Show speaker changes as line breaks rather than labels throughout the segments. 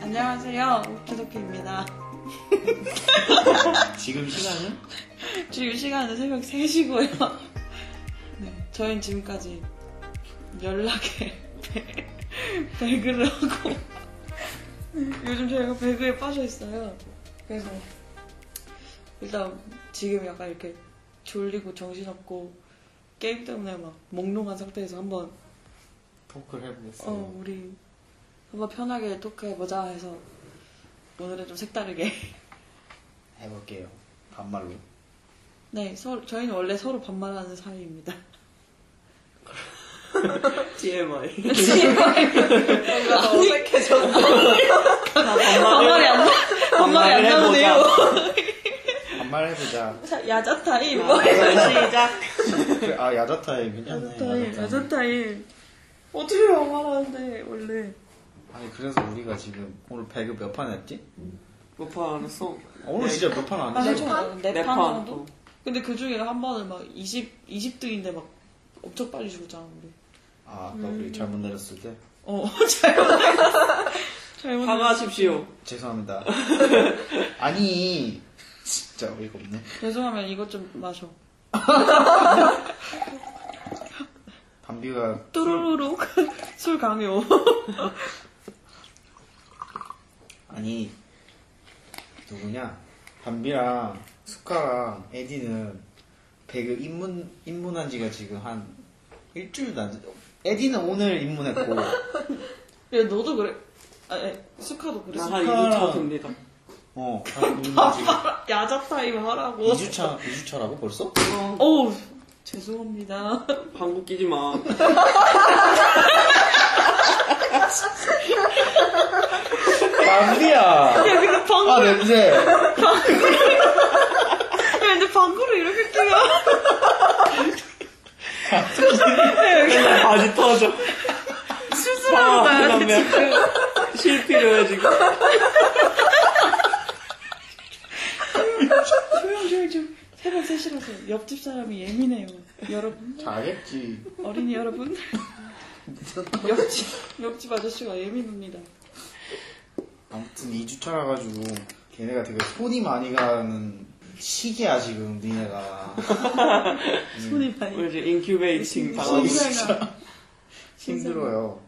안녕하세요. 오키도키입니다.
지금 시간은?
지금 시간은 새벽 3시고요. 네, 저희는 지금까지 연락에 배- 배그를 하고 요즘 저희가 배그에 빠져 있어요. 그래서 일단 지금 약간 이렇게 졸리고 정신없고 게임 때문에 막 몽롱한 상태에서 한번
토크를 해보겠습니다.
어 우리 한번 편하게 토크해보자 해서 오늘은 좀 색다르게
해볼게요. 반말로.
네, 서로, 저희는 원래 서로 반말하는 사이입니다.
TMI.
뭔가 어색해져. 반말이 안, 나- 반말이 안 나오네요.
반말해보자.
자, 야자 타임.
아, 네.
뭐
시작.
그래, 아, 야자타임 괜찮네.
야자 타임,
야자타임.
야자 타임. 어떻게 반말하는데, 원래.
아니, 그래서 우리가 지금 오늘 배그 몇 판 했지?
못파는 송.
아, 오늘 진짜 몇 판 안
아,
했지?
네
네판
판.
정도? 근데 그 중에 한 번은 막 20, 20등인데 막 엄청 빨리 죽었잖아, 우리.
아, 아까 우리 잘못 내렸을 때?
어, 잘못 알았어. 잘못 알았어.
아, 사과하십시오.
죄송합니다. 아니, 진짜 어이가 없네.
죄송하면 이것 좀 마셔.
담비가
뚜루루룩. 술 강요.
아니 누구냐 담비랑 숙카랑 에디는 배그 입문 입문한 지가 지금 한 일주일도 안 됐. 에디는 오늘 입문했고
야, 너도 그래. 아, 예, 수카도 그랬어.
나한 2차 됩니다.
어 입문한 지금
야자 타임 하라고.
2주차 2주차라고 벌써?
어우, 죄송합니다.
방구 끼지 마.
담비야
야, 근데 방구,
아 냄새
야, 근데 방구를 이렇게 끼요. 야, 여기
맨날 바지 터져.
수술하러 가야 돼, 지금.
실 필요해, 지금.
조용, 조용, 조용. 새벽 3시라서 옆집 사람이 예민해요. 여러분,
잘했지
어린이 여러분. 옆집, 옆집 아저씨가 예민합니다.
아무튼 2주차라 가지고 걔네가 되게 손이 많이 가는 시기야 지금 니네가
손이 많이.
우리 이제 인큐베이팅 당하고. 있어.
신사가.
힘들어요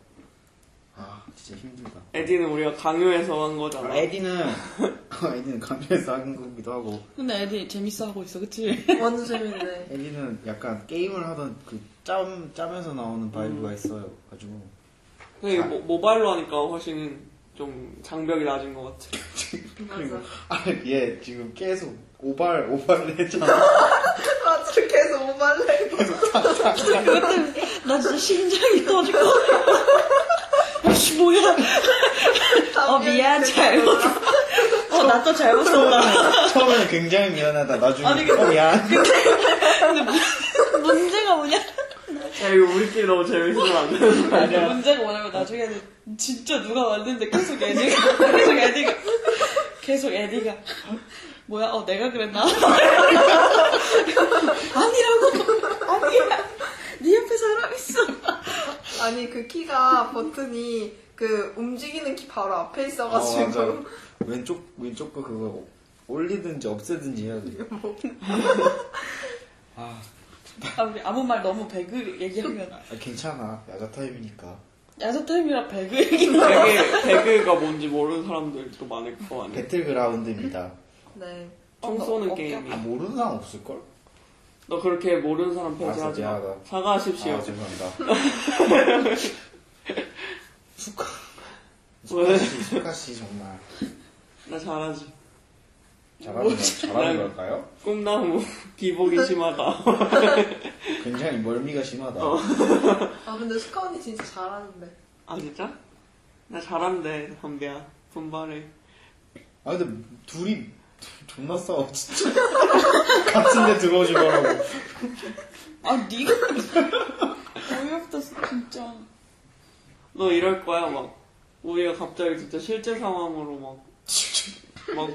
아 진짜 힘들다
에디는 우리가 강요해서 한 거잖아.
에디는 어, 에디는 강조해서 한 거기도 하고
근데 애들이 재밌어 하고 있어, 그치?
완전 재밌네.
에디는 약간 게임을 하던 그 짬, 짬에서 나오는 바이브가 있어요 가지고
근데 뭐, 모, 모바일로 하니까 훨씬 좀 장벽이 낮은 것 같아.
그리고 아얘 지금 계속 오발 오발을 했잖아
맞아, 계속 오발래.
나 진짜 심장이 터질 것 같아. 아씨, 뭐야. 어, 미안, 잘못. 어, 나 또 잘못 썼다.
처음에는 굉장히 미안하다 나중에
아니,
어 미안
근데 문- 문제가 뭐냐?
야, 이거 우리끼리 너무 재밌으면 안 되는 거 아니야?
문제가 뭐냐면 나중에는 진짜 누가 왔는데 계속 애디가, 계속 애디가, 계속 애디가. 뭐야? 어, 내가 그랬나? 아니라고. 아니야. 네 옆에 사람 있어.
아니, 그 키가 버튼이 그 움직이는 키 바로 앞에
어,
있어가지고.
맞아. 왼쪽 왼쪽 거 그거 올리든지 없애든지 해야 돼 아,
아, 우리 아무 말 너무 배그 얘기하면.
아, 괜찮아 야자 타임이니까
야자타임이랑 배그 얘기는.
배그, 배그가 뭔지 모르는 사람들도 많을 거 아니야?
배틀그라운드입니다
네.
총
어,
쏘는
어깨
게임이.
아 모르는 사람 없을걸?
너 그렇게 모르는 사람
알았어,
폐지하지 마.
미안하다.
사과하십시오.
아 죄송합니다 숙하
왜?
씨, 숙하 씨 정말
나 잘하지.
잘하는, 잘하는
난-
걸까요?
꿈나무 기복이 심하다.
굉장히 멀미가 심하다.
어.
아, 근데 수카 언니 진짜 잘하는데.
아 진짜? 나 잘한대 담배야. 분발해.
아 근데 둘이 둘 존나 싸워 진짜. 같은데 들어오지 말라고.
아, 니가. 어이없다, 진짜.
너 이럴 거야 막 우리가 갑자기 진짜 실제 상황으로 막. 막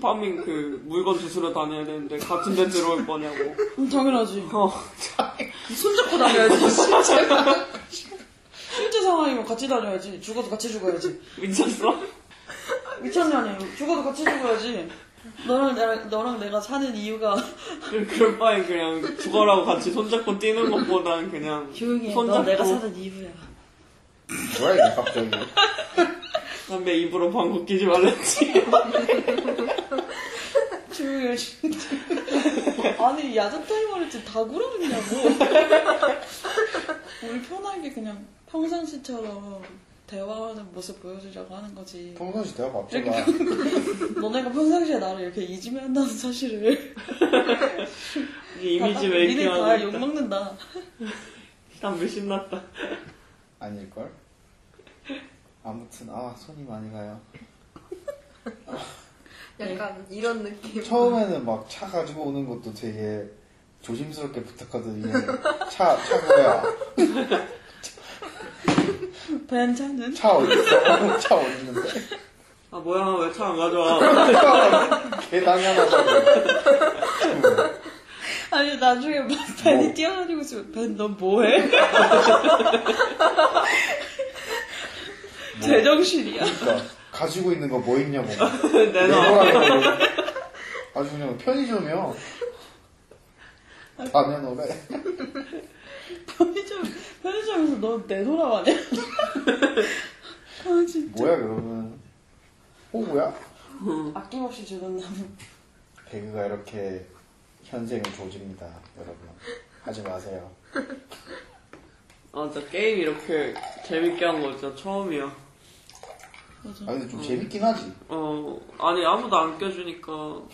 파밍 그 물건 주스러 다녀야 되는데 같은 데 들어올 거냐고
음, 당연하지.
어
손잡고 다녀야지. 진짜. 실제 상황이면 같이 다녀야지. 죽어도 같이 죽어야지.
미쳤어?
미쳤냐 아니 죽어도 같이 죽어야지. 너랑 나, 너랑 내가 사는 이유가
그럴 바엔 그냥 죽어라고 같이 손잡고 뛰는 것보다는 그냥
조용히 해. 너
손잡고
내가 사는 이유야.
뭐야 이게 갑자기
담배 입으로 방귀 끼지 말랬지.
조용히 해. 진짜. 아니 야자 타이머를 지금 다 구르느냐고. 우리 편하게 그냥 평상시처럼 대화하는 모습 보여주려고 하는 거지.
평상시 대화가 없잖아
너네가 평상시에 나를 이렇게 이지면 한다는 사실을
이 이미지
다-
메이킹
아, 니네 다
하고 있다.
욕먹는다
담배 신났다.
아닐걸? 아무튼 아 손이 많이 가요
약간
네.
이런 느낌.
처음에는 막 차 가지고 오는 것도 되게 조심스럽게 부탁하더니 차, 차 뭐야
괜찮은?
차 어딨어? 차 어딨는데?
아 뭐야 왜 차 안 가져와?
개당이 하나 가지고
아니 나중에
뭐?
막 벤이 뛰어다니고 있으면 벤너 뭐해? 제정신이야
그러니까 가지고 있는 거 뭐 있냐고
아, 네,
내놔.
내놓으라고 아주 그냥 편의점이요 아, 네, 다 내놓으래
편의점, 편의점에서 너 내돌아가냐? 아 진짜
뭐야 어, 그러면 호구야?
아낌없이 주는 나무
배그가 이렇게 현생을 조집니다 여러분 하지 마세요
아 진짜 게임 이렇게 재밌게 한 거 진짜 처음이야.
아
맞아
근데 좀 재밌긴 하지
어 아니 아무도 안 껴주니까 어,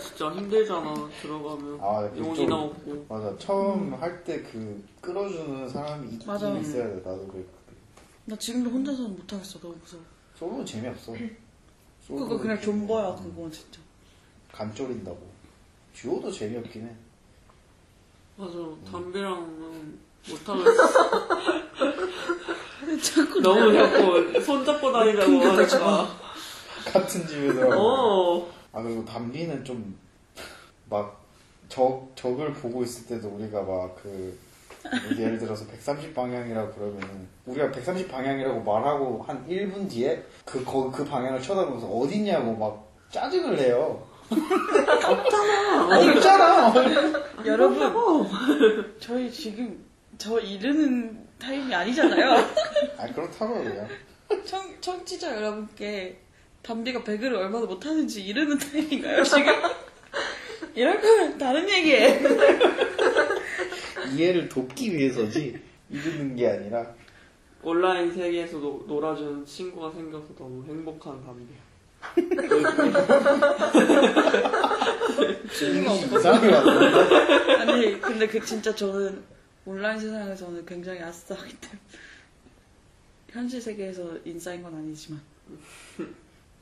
진짜 힘들잖아 들어가면
아, 그쪽.
용이나 없고
맞아 처음 할 때 그 끌어주는 사람이 있긴
맞아.
있어야 돼 나도 그랬거든
나 지금도 혼자서는 못하겠어 너무 무서워
솔로는 재미없어 솔로는
그거
그러니까.
그냥 존버야 그건 진짜
간 쫄인다고 듀오도 재미없긴 해
맞아 담배랑은 못하겠어
자꾸
너무 자꾸 손잡고 다니자고 하니까
같은 집에서
어
아 그리고 담비는 좀 막 적 적을 보고 있을 때도 우리가 막 그 예를 들어서 130 방향이라고 그러면은 우리가 130 방향이라고 말하고 한 1분 뒤에 그 거 그 방향을 쳐다보면서 어디냐고 막 짜증을 내요. 없잖아. 없잖아.
여러분, 저희 지금 저 이르는 타임이 아니잖아요.
아 그렇다고 그냥.
청, 청취자 여러분께 담비가 배그를 얼마나 못하는지 이르는 타임인가요, 지금? 이럴 거면 다른 얘기해.
이해를 돕기 위해서지 이르는 게 아니라
온라인 세계에서 노- 놀아주는 친구가 생겨서 너무 행복한 담배
이미 이상해. 왔는데.
아니, 근데 그 진짜 저는 온라인 세상에서는 굉장히 아싸하기 때문에. 현실 세계에서 인싸인 건 아니지만.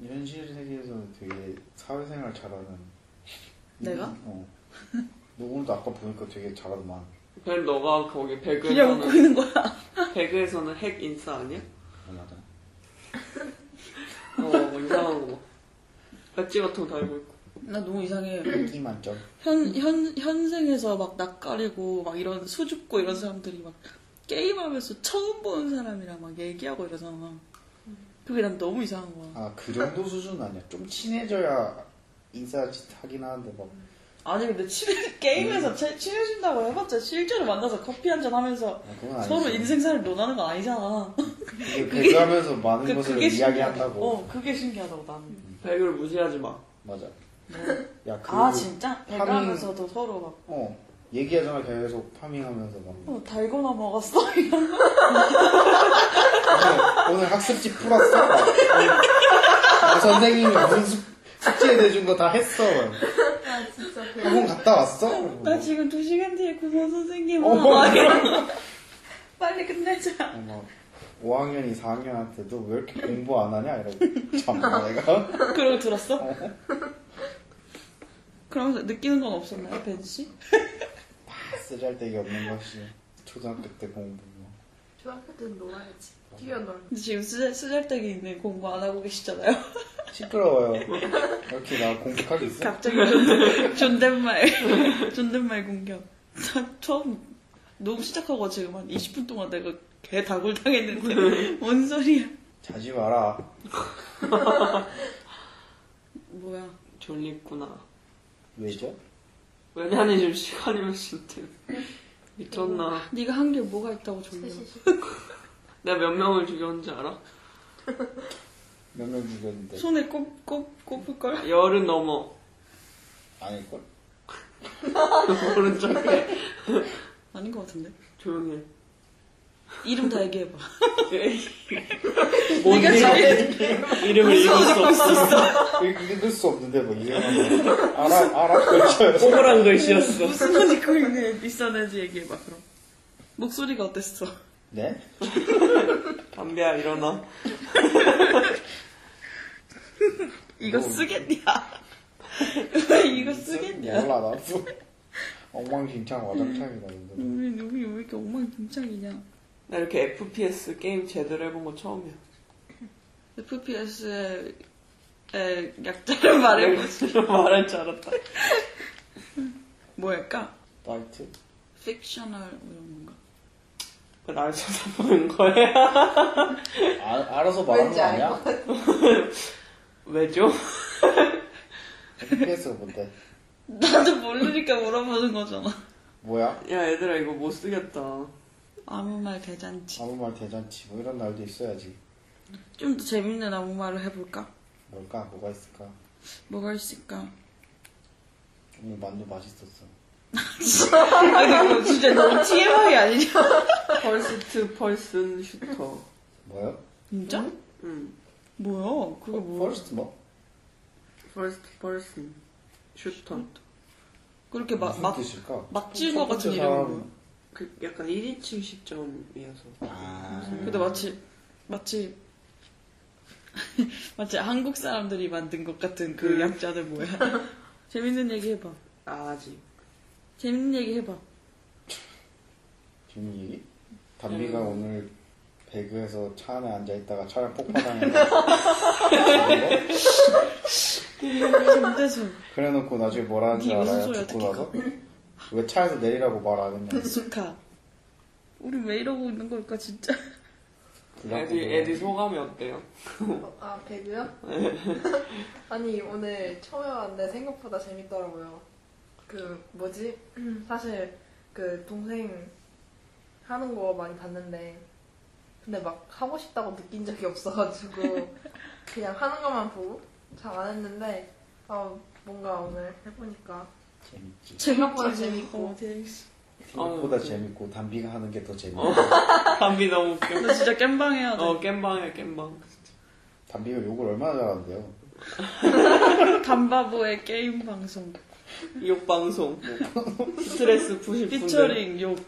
현실 세계에서는 되게 사회생활 잘하는.
내가?
어. 너 오늘도 아까 보니까 되게 잘하더만.
그냥 너가 거기
그냥 웃고
네, 배그에서는
있는 거야.
배그에서는 핵 인싸 아니야?
어, 맞아.
어뭐 이상한 거 봐. 배지 같은 거 달고 있고
나 너무 이상해.
인기 만점.
현, 현, 현생에서 막 낯가리고 막 이런 수줍고 이런 사람들이 막 게임하면서 처음 보는 사람이랑 막 얘기하고 이러잖아. 그게 난 너무 이상한 거야.
아, 그 정도 수준 아니야. 좀 친해져야 인싸짓 하긴 하는데 뭐. 막.
아니, 근데 친해,
음.
게임에서 치- 친해진다고 해봤자 실제로 만나서 커피 한잔 하면서
아, 그건 아니지.
서로 인생사를 논하는 건 아니잖아.
이게 배그하면서 많은
그-
것을
신기하다.
이야기한다고.
어, 그게 신기하다고 나는.
배그를 무시하지 마
맞아. 야, 그.
아, 진짜?
파밍-
배가하면서도 서로 막,
어. 얘기하잖아, 계속 파밍하면서 막.
어, 달고나 먹었어? 이런.
오늘, 오늘 학습지 풀었어. 막. 오늘 나 선생님이 무슨 숙, 숙제 내준 거 다 했어. 막.
아 진짜 배우.
학원 갔다 왔어?
나 지금 두 시간 뒤에 구서 선생님
어.
와. 막 이런. 빨리 끝내자.
막 5학년이 4학년한테도 왜 이렇게 공부 안 하냐 이러고 잠깐 내가
그러고 들었어? 그러면서 느끼는 건 없었나요, 벤 씨?
쓰잘데기 없는 것이 초등학교 때 공부 뭐.
중학교 때는 놀아야지. 뛰어놀.
근데 지금 수잘, 수잘데기 있는 공부 안 하고 계시잖아요.
시끄러워요 이렇게 나 공격하고 있어?
갑자기 존댓, 존댓말, 존댓말 공격. 나 처음 녹음 시작하고 지금 한 20분 동안 내가 개 다굴 당했는데 뭔 소리야?
자지 마라.
뭐야.
졸립구나.
왜죠?
왜냐니 지금 시간이 몇 시인데. 미쳤나.
네가 한 게 뭐가 있다고 졸려.
내가 몇 명을 죽였는지 알아?
몇 명 죽였는데
손에 꼽, 꼽, 꼽을걸?
열은 넘어.
아닐걸?
오른쪽에.
아닌 것 같은데.
조용히 해.
이름 다 얘기해봐.
뭔
네.
이름을 읽을 수 없었어.
읽을 수 없는데 뭐 이상한 거. 알아 알아 걸쳐요.
꼬불한 글씨였어.
무슨 옷 입고 있는 비싼 애지 얘기해봐, 그럼. 목소리가 어땠어?
네?
담배야, 일어나.
이거
뭐.
쓰겠냐? 왜 이거 쓰겠냐?
몰라 나도 엉망진창 와장창이다 근데.
우리 우리 왜 이렇게 엉망진창이냐?
나 이렇게 FPS 게임 제대로 해본 거 처음이야.
FPS의 의
네.
약자를 말해보.
말할 줄 알았다.
뭐랄까?
파이트?
픽셔널 이런 건가?
날 쳐다보는 거야?
아, 알아서 말하는
왠지
거 아니야?
왜죠?
FPS 가 뭔데?
나도 모르니까 물어보는 거잖아.
뭐야?
야, 얘들아, 이거 못 쓰겠다.
아무 말 대잔치.
아무 말 대잔치 뭐 이런 날도 있어야지.
좀 더 재밌는 아무 말을 해볼까?
뭘까? 뭐가 있을까?
뭐가 있을까?
오늘 음, 만두 맛있었어.
아 이거 진짜 너무 TMI 아니냐?
퍼스트 펄슨 슈터.
뭐요?
진짜?
응.
뭐야? 그게 뭐야?
퍼스트 뭐?
퍼스트 펄슨 슈터.
그렇게 막
무슨
막
뜻일까?
막지는 것 같은
첫 번째
이름인
사람.
거야.
그 약간 1인칭 시점이어서.
아.
근데 마치 마치 마치 한국 사람들이 만든 것 같은 그
음.
약자들 뭐야? 재밌는 얘기 해봐.
아, 아직.
재밌는 얘기 해봐.
지금 얘기? 담비가
음.
오늘 배그에서 차 안에 앉아 있다가 차량 폭파당했다.
김대수
그래놓고 나중에 뭐라는지
이게 무슨
알아요?
소리야, 그-
듣고 나서 왜 차에서 내리라고 말 안 했냐?
수카. 우리 왜 이러고 있는 걸까 진짜?
그거 갖고
애들, 애들 소감이 어때요?
아 배그요? 아니 오늘 처음 해봤는데 생각보다 재밌더라고요. 그 뭐지? 사실 그 동생 하는 거 많이 봤는데 근데 막 하고 싶다고 느낀 적이 없어가지고 그냥 하는 것만 보고 잘 안 했는데 아 뭔가 오늘 해보니까
재밌지.
생각보다 재밌고.
어, 재밌어.
생각보다
어, 네.
재밌고 담비가 하는 게 더 재밌어.
어. 담비 너무 웃겨.
나 진짜 깸방해야 돼.
어, 깸방이야, 깸방.
담비가 욕을 얼마나 잘하는데요?
간바보의 게임 방송.
욕방송. 스트레스 푸실 분들.
피처링 욕.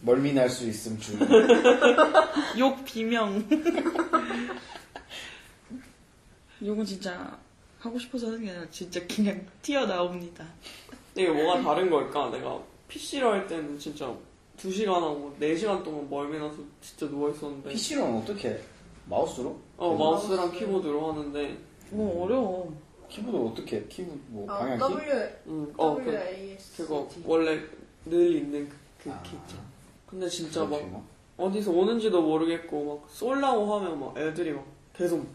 멀미 날 수 있음 줄.
욕 비명. 욕은 진짜 하고 싶어서 하는 게 아니라 진짜 그냥 튀어나옵니다.
이게 뭐가 다른 걸까? 내가 PC로 할 때는 진짜 2시간 하고 4시간 동안 멀미 나서 진짜 누워있었는데
PC로는 어떻게 해? 마우스로?
어
그래서
마우스랑 키보드로 하는데
뭐 어려워.
키보드 어떻게 해? 키보드 뭐
아,
방향키?
W
음, 어
W
그,
A S
그거 원래 늘 있는 그, 그
아.
키 있잖아 근데 진짜
그렇게
막
뭐?
어디서 오는지도 모르겠고 막 쏠라고 하면 막 애들이 막 계속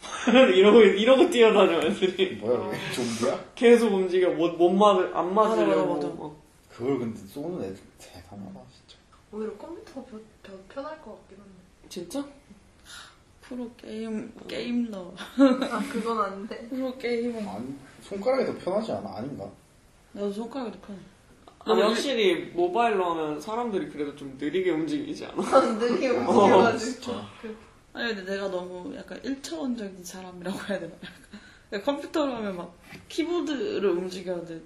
이러고 이러고 뛰어다녀 애들이
뭐야 그게 좀비야?
계속 움직여 못못 맞을 안 맞으려고
맞아, 맞아.
막.
그걸 근데 쏘는 애들 대단하다 진짜.
오히려 컴퓨터가 더, 더 편할 것 같긴 한데
진짜?
프로 게임 게임러.
아 그건 아닌데
프로 게이머.
아니, 손가락이 더 편하지 않아? 아닌가?
나도 손가락이 더 편해.
아니 확실히 모바일로 하면 사람들이 그래도 좀 느리게 움직이지 않아?
느리게 움직여가지고 그
진짜.
아니 근데 내가 너무 약간 1차원적인 사람이라고 해야 되나? 약간 컴퓨터로 하면 막 키보드를 움직여야 돼.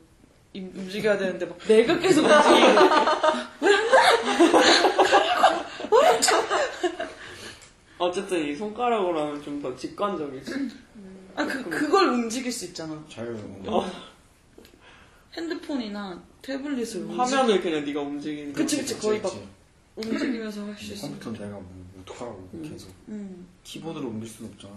임- 움직여야 되는데 막 내가 계속 움직이고
어쨌든 이 손가락으로 하면 좀 더 직관적이지.
아 그, 그걸 움직일 수 있잖아
자유로운
어,
핸드폰이나 태블릿을 움직...
화면을 그냥 네가 움직이는
음. 그치
거지.
그치 거의 막 움직이면서 할 수 있어
컴퓨터 내가 뭐 어떡하라고 계속
음.
키보드로 옮길 수는 없잖아.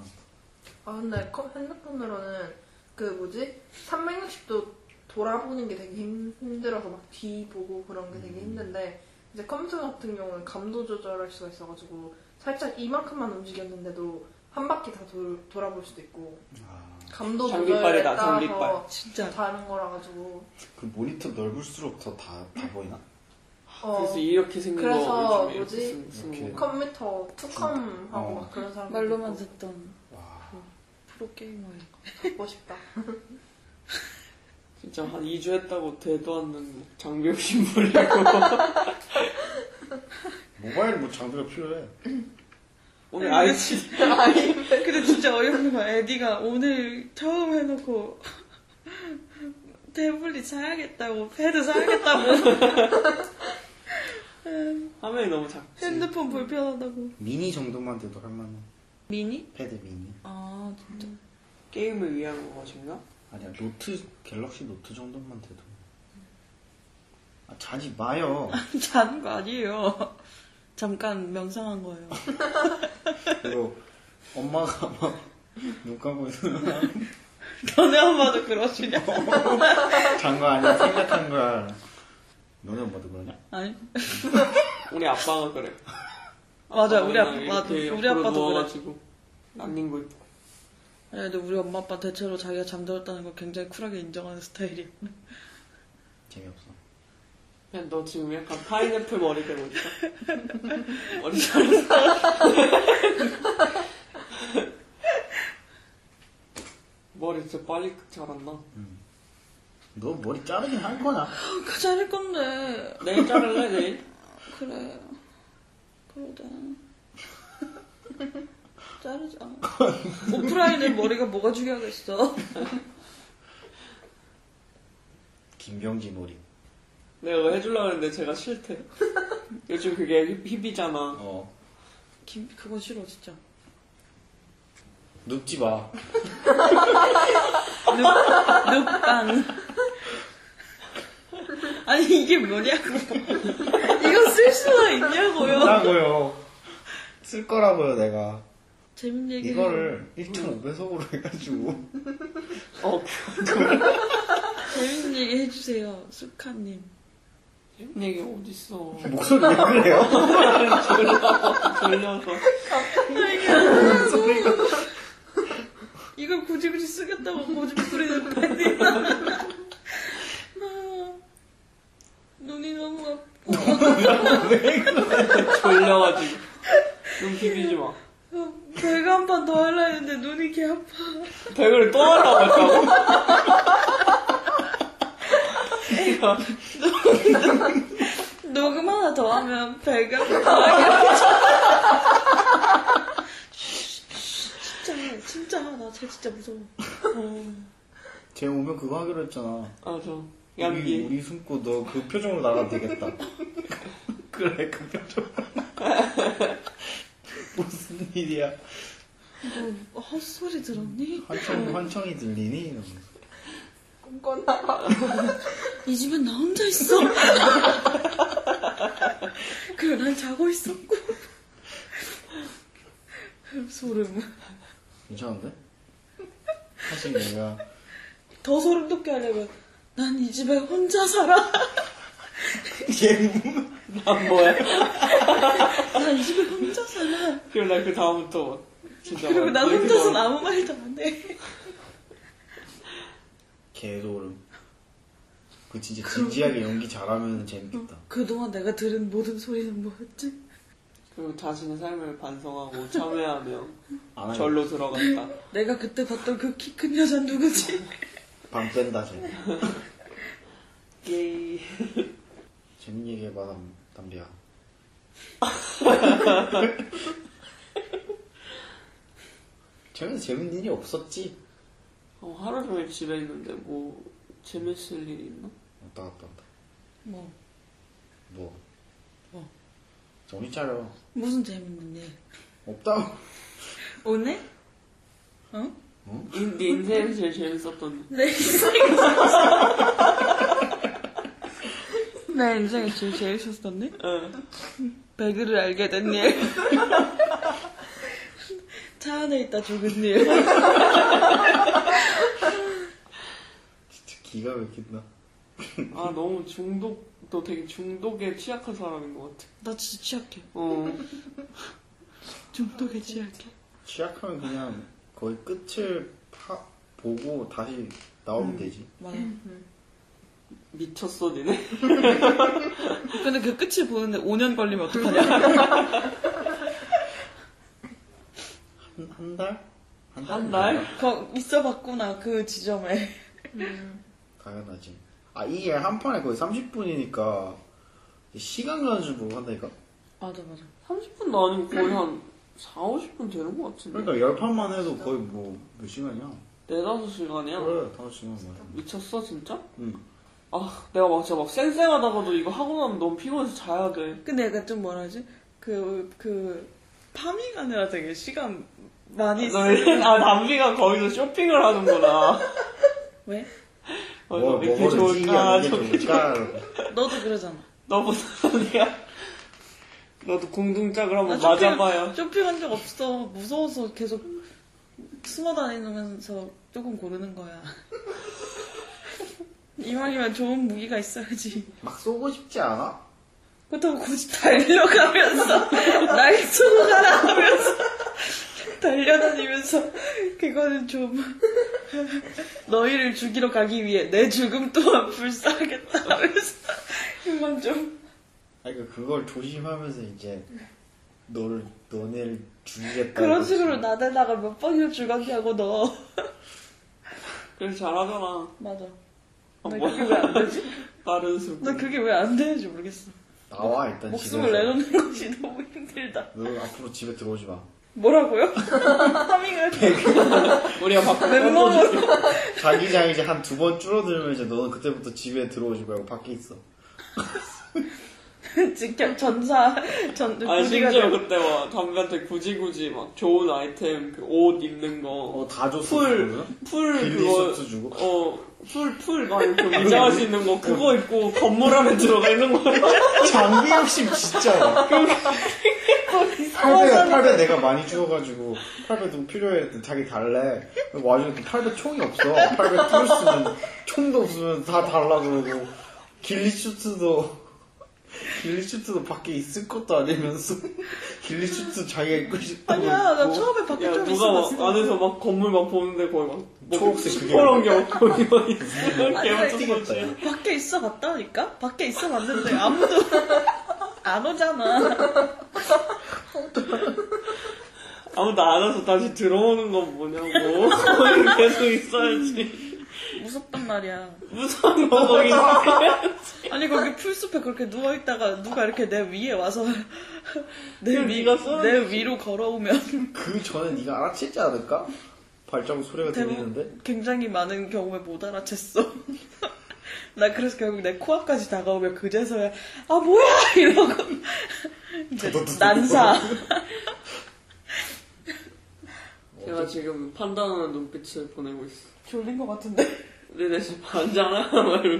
아 근데 컴- 핸드폰으로는 그 뭐지 360도 돌아보는 게 되게 힘- 힘들어서 막 뒤 보고 그런 게 되게 힘든데 이제 컴퓨터 같은 경우는 감도 조절할 수가 있어가지고 살짝 이만큼만 움직였는데도 한 바퀴 다 돌, 돌아볼 수도 있고
아,
감도
장비빨이다,
조절에 따라서
장비빨.
진짜
다른 거라 가지고
그 모니터 넓을수록 더 다 다 보이나?
어,
아, 그래서 이렇게 생긴
그래서
거 요즘에 이렇게
뭐지?
쓰- 쓰는
이렇게.
거.
컴퓨터 투컴 하고
어.
막 그런 사람
말로만 듣던
와.
프로게이머의
듣고 싶다.
진짜 한 2주 했다고 되도 않는 장비 욕심부리고
모바일 뭐 장비가 필요해.
오늘 아이치
근데 진짜 어이없는 거야. 에디가 오늘 처음 해놓고 태블릿 사야겠다고 패드 사야겠다고
화면이 너무 작지
핸드폰 불편하다고
미니 정도만 돼도 할만해.
미니?
패드 미니.
아 진짜
게임을 위한 것인가?
아니야 노트 갤럭시 노트 정도만 돼도. 아, 자지 마요.
자는 거 아니에요. 잠깐 명상한 거예요.
그리고 엄마가 막 눈 감고 있으면
너네 엄마도 그러시냐?
잔거 아니야 생각한 거야. 너네 엄마도 그러냐?
아니
우리 아빠가 그래
맞아
아빠가
우리 아빠
그냥
맞아
이렇게
우리 아빠도
옆으로
그래.
누워가지고 난닝 거 입고
아니, 근데 우리 엄마 아빠 대체로 자기가 잠들었다는 걸 굉장히 쿨하게 인정하는 스타일이야. 아,
재미없어.
그냥 너 지금 약간 파인애플 머리 되고 있어 머리 잘랐어 머리 진짜 빨리 자랐나?
너 머리 자르긴 할 거야.
그 자를 건데
내일 자를래 내일?
그래 그러자 자르자 오프라인에 머리가 뭐가 중요하겠어
김병지 머리.
내가 그거 해주려고 했는데 제가 싫대 요즘 그게 힙, 힙이잖아
어.
김 그건 싫어 진짜
눕지 마.
눕, 눕방 아니 이게 뭐냐고 이거 쓸 수가 있냐고요
쓴다고요. 쓸 거라고요 내가.
재밌는 얘기
이거를 1.5배속으로 해가지고
어
재밌는 얘기 해주세요 수카님
그런 얘기 어딨어
목소리 왜 그래요?
졸려서
목소리가
이걸 굳이 굳이 쓰겠다고 고집 부리는 팬이야. 눈이 너무 아파.
졸려가지고 눈 비비지 마
배가 한 판 더 할라 했는데 눈이 개 아파.
배그를 또 하려고 했다고? 내가
녹음 하나 더 하면 배가 아파. 진짜, 진짜, 나 쟤 진짜 무서워. 어.
쟤 오면 그거 하기로 했잖아
맞아
우리,
양기
우리 숨고 너 그 표정으로 나가면 되겠다 그래 그 표정 무슨 일이야
너뭐 헛소리 들었니?
환청, 환청이 들리니? 이러면서.
꿈꿔나
이 집엔 나 혼자 있어. 그래, 난 자고 있었고. 소름.
괜찮은데? 사실 내가
더 소름 돋게 하려면 난 이 집에 혼자 살아.
얘
난 뭐야
난 이 집에 혼자 살아.
그리고 나그 다음부터 막 진짜
그리고
막
난
이렇게
혼자서
막
아무 말도 안 해.
개소름 그 진짜 진지하게 연기 잘하면 재밌겠다
그동안 내가 들은 모든 소리는 뭐였지?
그리고 자신의 삶을 반성하고 참회하며
안 하면
절로 들어갔다
내가 그때 봤던 그 키 큰 여자 누구지?
방 뺀다 쟤
예이
재밌는 얘기 해봐 담- 담배야 최근에 재밌는 일이 없었지?
어, 하루 종일 집에 있는데 뭐 재밌을 일이 있나?
왔다 갔다 왔다
뭐
뭐
어.
뭐?
정신 차려
무슨 재밌는 일?
없다고
오늘? 어?
인- 네 인생에서 제일 재밌었던
내 네, 인생에서 내 네, 인생에 제일 재밌었었네?
응.
배그를 알게 된 일. 차 안에 있다 죽은 일.
진짜 기가 막힌다
아 너무 중독 너 되게 중독에 취약한 사람인 것 같아
나 진짜 취약해.
어
좀 더 개취할게.
취약하면 그냥 거의 끝을 파, 보고 다시 나오면
음.
되지.
맞아.
미쳤어 니네
근데 그 끝을 보는데 5년 걸리면 어떡하냐.
한, 한 달?
한 달?
아, 거 있어봤구나 그 지점에.
음.
당연하지. 아, 이게 한 판에 거의 30분이니까 시간 가는 줄 모르고 한다니까?
맞아 맞아.
30분도 아니고 거의 한 4, 50분 되는 것 같은데
그러니까 10판만 해도 거의 뭐, 몇 시간이야?
4, 5시간이야?
그래, 5시간 맞아.
미쳤어 진짜?
응.
아 내가 막 진짜 막 쌩쌩하다가도 이거 하고 나면 너무 피곤해서 자야 돼
근데 약간 좀 뭐라지? 그, 그, 파밍하느라 되게 시간 많이
너,
쓰
아 담비가 거기서 쇼핑을 하는구나 아,
왜?
어,
뭐,
이렇게
먹어도
좋을까,
찌기가
아, 저렇게
이게 뭐. 좋을까?
너도 그러잖아.
너보다 언니야 너도 공동짝을 한번
나 쇼핑-
맞아봐요
쇼핑한 적 없어. 무서워서 계속 숨어 다니면서 조금 고르는 거야. 이왕이면 좋은 무기가 있어야지.
막 쏘고 싶지 않아?
그렇다고 굳이 달려가면서 날 쏘고 가라 하면서 달려다니면서 그거는 좀 너희를 죽이러 가기 위해 내 죽음 또한 불사하겠다 하면서 그건 좀
아니, 그러니까 그걸 조심하면서 이제 너를, 너네를 죽이겠다.
그런 식으로 나대다가 몇 번이나 죽었냐고 너
그래서 잘하잖아
맞아
아,
나
뭐.
그게 왜 안 되지?
다른 술
나 그게 왜 안 되는지 모르겠어
나와, 일단
목숨을
집에서.
내놓는 것이 너무 힘들다
너 앞으로 집에 들어오지 마.
뭐라고요?
아,
파밍을
우리가 밖에
맨몸으로
자기장 이제 한 두 번 줄어들면 이제 너는 그때부터 집에 들어오지 말고 밖에 있어.
직접 전사 전
아
부지가
심지어 그때 막 담배한테 굳이 굳이 막 좋은 아이템 그 옷 입는
어, 다 줬어.
거풀풀
빌리
그거 어,
소스 주고.
어풀풀막 이렇게 위장할 수 있는
어.
거 그거 입고 건물 안에 들어가 있는 거야
장비 욕심 진짜. 팔배, 팔배 내가 많이 주워가지고, 팔배 너무 필요해. 그랬더니 자기 달래. 와중에 또 팔배 총이 없어. 팔배 뚫을 수는, 총도 없으면 다 달라 그러고. 길리슈트도, 길리슈트도 밖에 있을 것도 아니면서, 길리슈트 자기가 입고 싶다고.
아니야 나
입고.
처음에 밖에
뭐, 야
좀
누가 막
있어봤어
안에서 막 건물 막 보는데 거의 막뭐
초록색 그게. 음.
시퍼런 게막 거기 막 있어
아니,
이렇게
되겠다,
묻혔어
야.
밖에 있어 봤다니까? 밖에 있어 봤는데 아무도 안 오잖아.
아무도 안 와서 다시 들어오는 건 뭐냐고 거기 계속 있어야지
무섭단 말이야.
무서운 거 거기
아니 거기 풀숲에 그렇게 누워 있다가 누가 이렇게 내 위에 와서 내,
그럼
위,
네가 쏘는
내 위로 걸어오면
그 전에 네가 알아챘지 않을까? 발자국 소리가 들리는데?
대부분 굉장히 많은 경우에 못 알아챘어. 나 그래서 결국 내 코앞까지 다가오면 그제서야 아 뭐야 이러고 이제 난사.
제가 지금 판단하는 눈빛을 보내고 있어
졸린 것 같은데.
근데 지금 반잖아 말로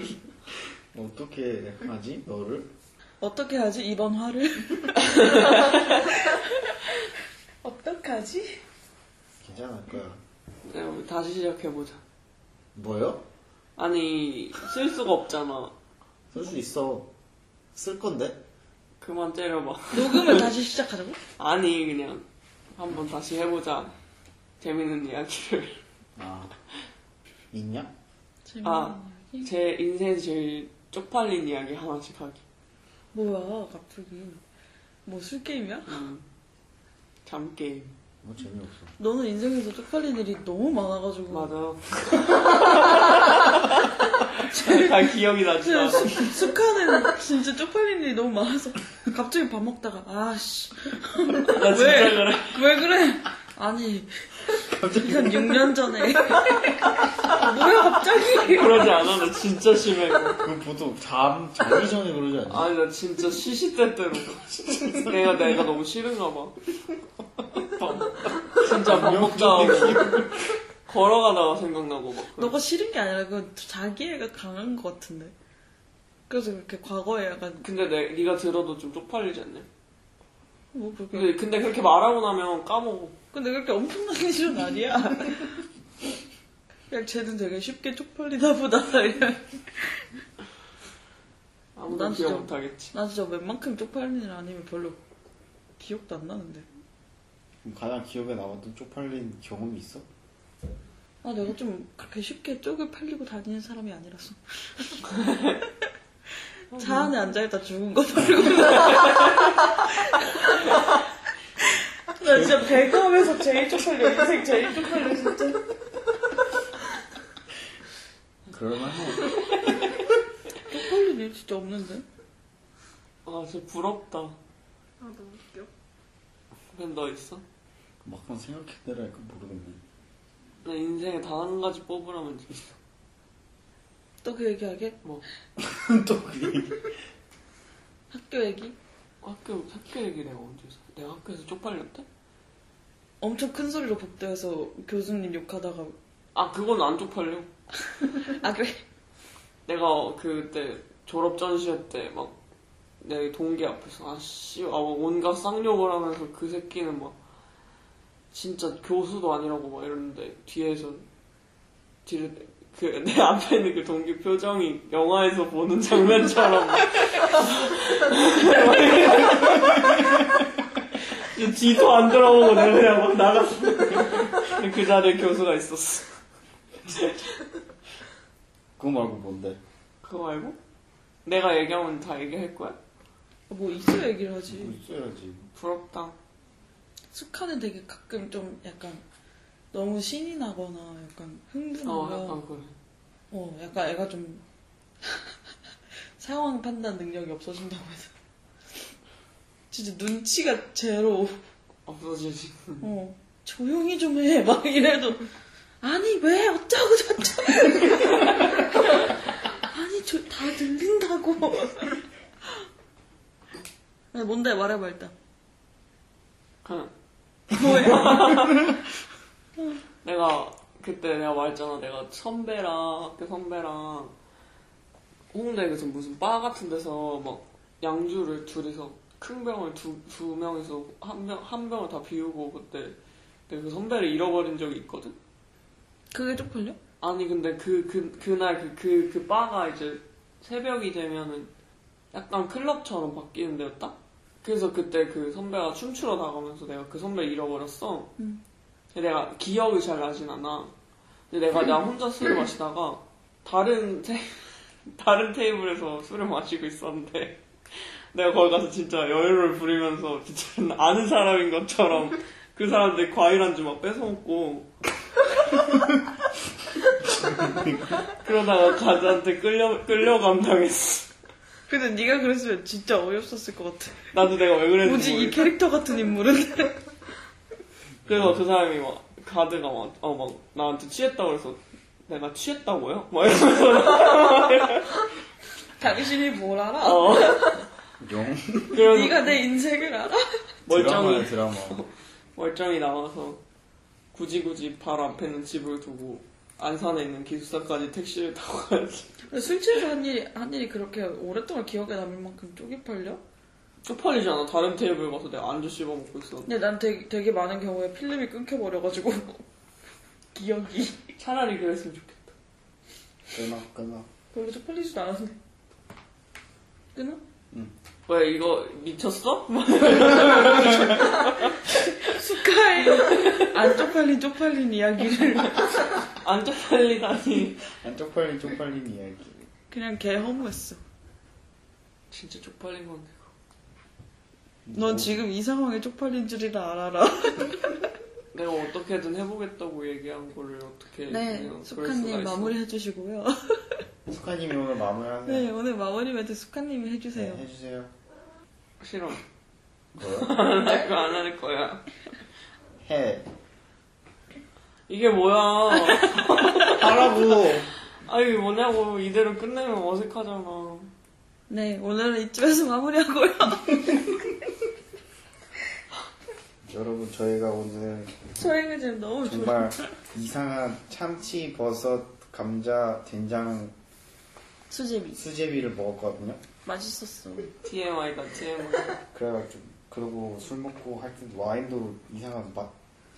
어떻게 하지? 너를?
어떻게 하지 이번 화를? 어떡하지?
괜찮을 거야.
네, 우리 다시 시작해보자.
뭐요?
아니, 쓸 수가 없잖아.
쓸 수 있어. 쓸 건데?
그만 때려봐.
녹음을 다시 시작하자고?
아니, 그냥. 한번 다시 해보자. 재밌는 이야기를.
아. 있냐?
재밌는
아,
음, 이야기.
제 인생 제일 쪽팔린 이야기 하나씩 하기.
뭐야 갑자기 뭐 술게임이야?
음. 잠게임.
뭐 재미없어.
너는 인생에서 쪽팔린 일이 너무 많아가지고
맞아. 다 기억이 나지 않아.
숙하는 진짜 쪽팔린 일이 너무 많아서 갑자기 밥 먹다가 아씨
나 진짜
왜?
그래.
왜 그래? 아니 한 6년 전에 뭐야 갑자기
그러지 않아. 나 진짜 심해. 이거.
그거 보통 잠, 자기 전에 그러지 않냐?
아니, 나 진짜 시시때때로. 내가, 내가 너무 싫은가 봐. 밥- 진짜 밥 먹다 하고. 걸어가다가 생각나고 막. 그래.
너가 싫은 게 아니라 그 자기애가 강한 것 같은데. 그래서 그렇게 과거에 약간
근데 내, 네가 들어도 좀 쪽팔리지 않냐?
뭐 그렇게
근데, 근데 그렇게 말하고 나면 까먹어.
근데 그렇게 엄청난 일은 아니야. 그냥 쟤는 되게 쉽게 쪽팔리나 보다. 이런.
아무도
난
기억
진짜-
못하겠지.
나 진짜 웬만큼 쪽팔린 일 아니면 별로 기억도 안 나는데.
그럼 가장 기억에 남았던 쪽팔린 경험이 있어?
아, 내가 좀 그렇게 쉽게 쪽을 팔리고 다니는 사람이 아니라서. 차 안에 앉아있다 죽은 거 말고. 나 진짜 배그하면서 제일 쪽팔려. 인생 제일 쪽팔려, 진짜.
그럴만해.
쪽팔린 일 진짜 없는데?
아, 진짜 부럽다.
아 너무 웃겨.
근데 너 있어?
막상 생각해내라니까 모르겠네.
나 인생에 단 한 가지 뽑으라면 있어.
또 그 얘기하게?
뭐,
또 그게.
학교 얘기?
학교, 학교 얘기 내가 언제 했어? 내가 학교에서 쪽팔렸대?
엄청 큰 소리로 복도에서 교수님 욕하다가
아, 그건 안 쪽팔려.
아 그래?
내가 그때 졸업 전시회 때 막, 내 동기 앞에서, 아씨, 아, 막 온갖 쌍욕을 하면서 그 새끼는 막, 진짜 교수도 아니라고 막 이러는데, 뒤에서, 뒤에, 그, 내 앞에 있는 그 동기 표정이 영화에서 보는 장면처럼. 막 이제 뒤도 안 돌아보고 내가 그냥 막 나갔어. 그 자리에 교수가 있었어.
그거 말고 뭔데?
그거 알고? 내가 얘기하면 다 얘기할 거야?
뭐 있어 얘기를
그거
하지
있어야지.
부럽다.
숙하는 되게 가끔 좀 약간 너무 신이 나거나 약간
어,
흥분하면
약간 그래.
어, 약간 애가 좀 상황 판단 능력이 없어진다고 해서 진짜 눈치가 제로
없어지지.
어, 조용히 좀 해 막 이래도 아니 왜 어쩌고 저쩌고 아니 저 다 들린다고 네, 뭔데 말해봐 일단
그냥
뭐야
내가 그때 내가 말했잖아. 내가 선배랑 학교 선배랑 홍대에서 무슨 바 같은 데서 막 양주를 둘이서 큰 병을 두, 두 명이서 한, 병, 한 병을 다 비우고 그때 내가 그 선배를 잃어버린 적이 있거든?
그게 쪽팔려?
아니 근데 그, 그 그날 그 그 그 바가 이제 새벽이 되면은 약간 클럽처럼 바뀌는 데였다. 그래서 그때 그 선배가 춤추러 나가면서 내가 그 선배 잃어버렸어.
음.
근데 내가 기억이 잘 나진 않아. 근데 내가 나 혼자 술을 마시다가 다른 테 다른 테이블에서 술을 마시고 있었는데 내가 거기 가서 진짜 여유를 부리면서 진짜 아는 사람인 것처럼 그 사람들 과일 한주 막 뺏어먹고 그러다가 가자한테 끌려, 끌려감 당했어.
근데 네가 그랬으면 진짜 어이없었을 것 같아
나도 내가 왜 그랬는지.
뭐지 이
모르겠어.
캐릭터 같은 인물은
그래서 그 사람이 막, 가드가 막, 어, 막, 나한테 취했다고 그래서, 내가 취했다고요? 막 이러면서,
당신이 뭘 알아?
어.
영?
그래서
네가 내 인생을 알아?
드라마야,
멀쩡히,
드라마.
멀쩡히 나와서, 굳이 굳이 바로 앞에 있는 집을 두고, 안산에 있는 기숙사까지 택시를 타고 가야지.
근데 술 취해서 한 일이, 한 일이 그렇게 오랫동안 기억에 남을 만큼 쪼개 팔려?
쪽팔리지 않아. 다른 테이블 가서 내가 안주 씹어먹고 있어.
근데 난 되게, 되게 많은 경우에 필름이 끊겨버려가지고 기억이
차라리 그랬으면 좋겠다.
끊어, 끊어.
별로 쪽팔리지도 않았네 끊어?
왜, 이거, 미쳤어?
숙하의 안 쪽팔린 쪽팔린 이야기를
안 쪽팔리다니.
안 쪽팔린 쪽팔린 이야기.
그냥 개 허무했어
진짜 쪽팔린 건데.
넌
뭐,
뭐?
지금 이 상황에 쪽팔린 줄이라 알아라
내가 어떻게든 해보겠다고 얘기한 거를 어떻게
네
그냥 그럴 수가
숙하님
있어.
마무리 해주시고요
숙하님이 오늘 마무리하세요.
네 오늘 마무리 멘트 숙하님이 해주세요
네, 해주세요.
싫어
뭐요?
내거 안 할 거야
해.
이게 뭐야
하라고!
아 이게 뭐냐고 이대로 끝내면 어색하잖아
네 오늘은 이쯤에서 마무리하고요
여러분, 저희가 오늘
저희가 지금 너무 좋
정말 이상한 참치, 버섯, 감자, 된장,
수제비
수제비를 먹었거든요.
맛있었어.
TMI다 TMI
그래가지고, 그리고 술 먹고 하여튼 와인도 이상한 맛,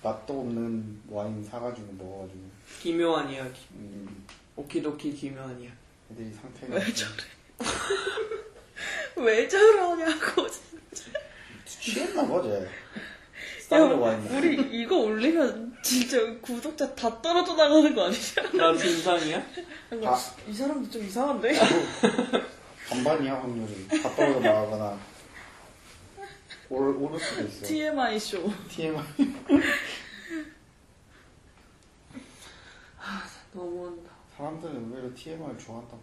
맛도 없는 와인 사가지고 먹어가지고.
기묘한 이야기
음,
오키도키 기묘한 이야기
애들이 상태가.
왜 저래? 왜 저러냐고.
취했나봐, 쟤. 싸우려고 하니까.
우리 이거 올리면 진짜 구독자 다 떨어져 나가는 거 아니야?
나 진상이야? 아.
그러니까 이 사람도 좀 이상한데?
반반이야, 확률이. 다 떨어져 나가거나. 오를, 오를 수도 있어요.
TMI 쇼.
TMI.
너무 한다.
사람들은 의외로 TMI 좋아한다고.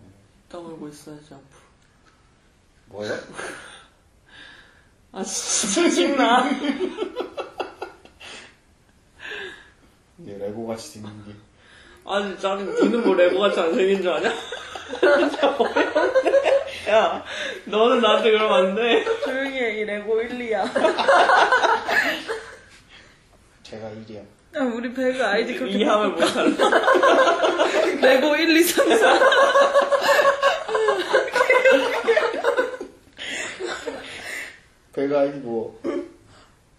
떠물고 있어야지 앞으로.
뭐요?
아 진짜 짜증나.
이게 레고같이 생긴 게.
아니 짜증. 니는 뭐 레고같이 안 생긴 줄 아냐? 진짜 어이없네. 야 너는 나한테 그러면 안 돼.
조용히 해, 이 레고 1, 2야.
제가 1위야.
우리 배그 아이디 그렇게
이함을 어, 못할래.
레고 1, 2, 3, 4.
배가 아니 뭐,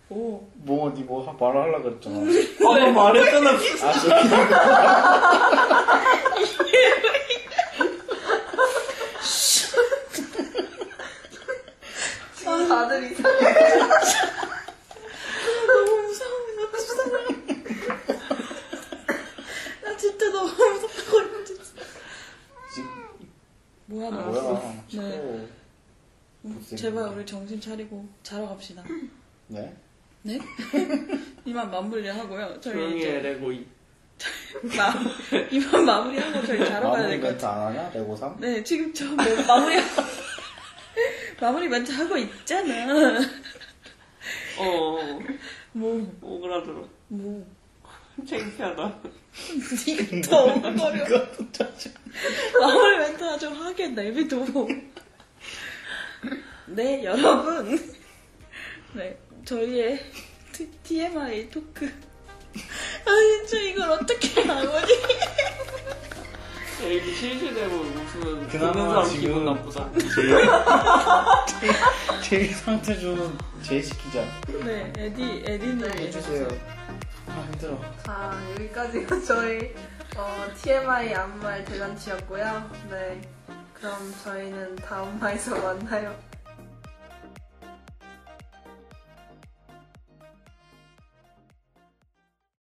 오.
뭐, 니 뭐, 말하려고 했잖아.
아까 말했잖아.
아, 저기.
지금 아, 다들 이상해.
너무 무서워. 나 무서워. 나 진짜 너무 무섭다고 진짜.
지-
뭐야, 나.
뭐야.
네. 어,
시끄러워. 못생긴
제발
거.
우리 정신 차리고 자러 갑시다.
네?
네? 이만 마무리 하고요. 저희
조용히 해
이제
레고 이.
마, 이만 마무리하고 저희 자러 가야
마무리
될 것 같아요.
멘트 안 하냐? 레고 3?
네, 지금 저 매- 마무리 마무리 멘트 하고 있잖아.
어
뭐,
오그라들어.
뭐,
창피하다.
니가 더 엉거려. 마무리 멘트나 좀 하게 내비두고. 네, 여러분. 네, 저희의 T- TMI 토크. 아, 진짜 이걸 어떻게 나머지?
이렇게 실시되고 웃으면 듣는
그나마
사람
지금-
기분 나쁘다.
제일 상태 주는 제일 시키자.
네, 에디, 에디님.
해주세요. 아, 힘들어.
자, 여기까지가 저희 어, TMI 안말 대잔치였고요. 네. 그럼 저희는 다음 화에서 만나요.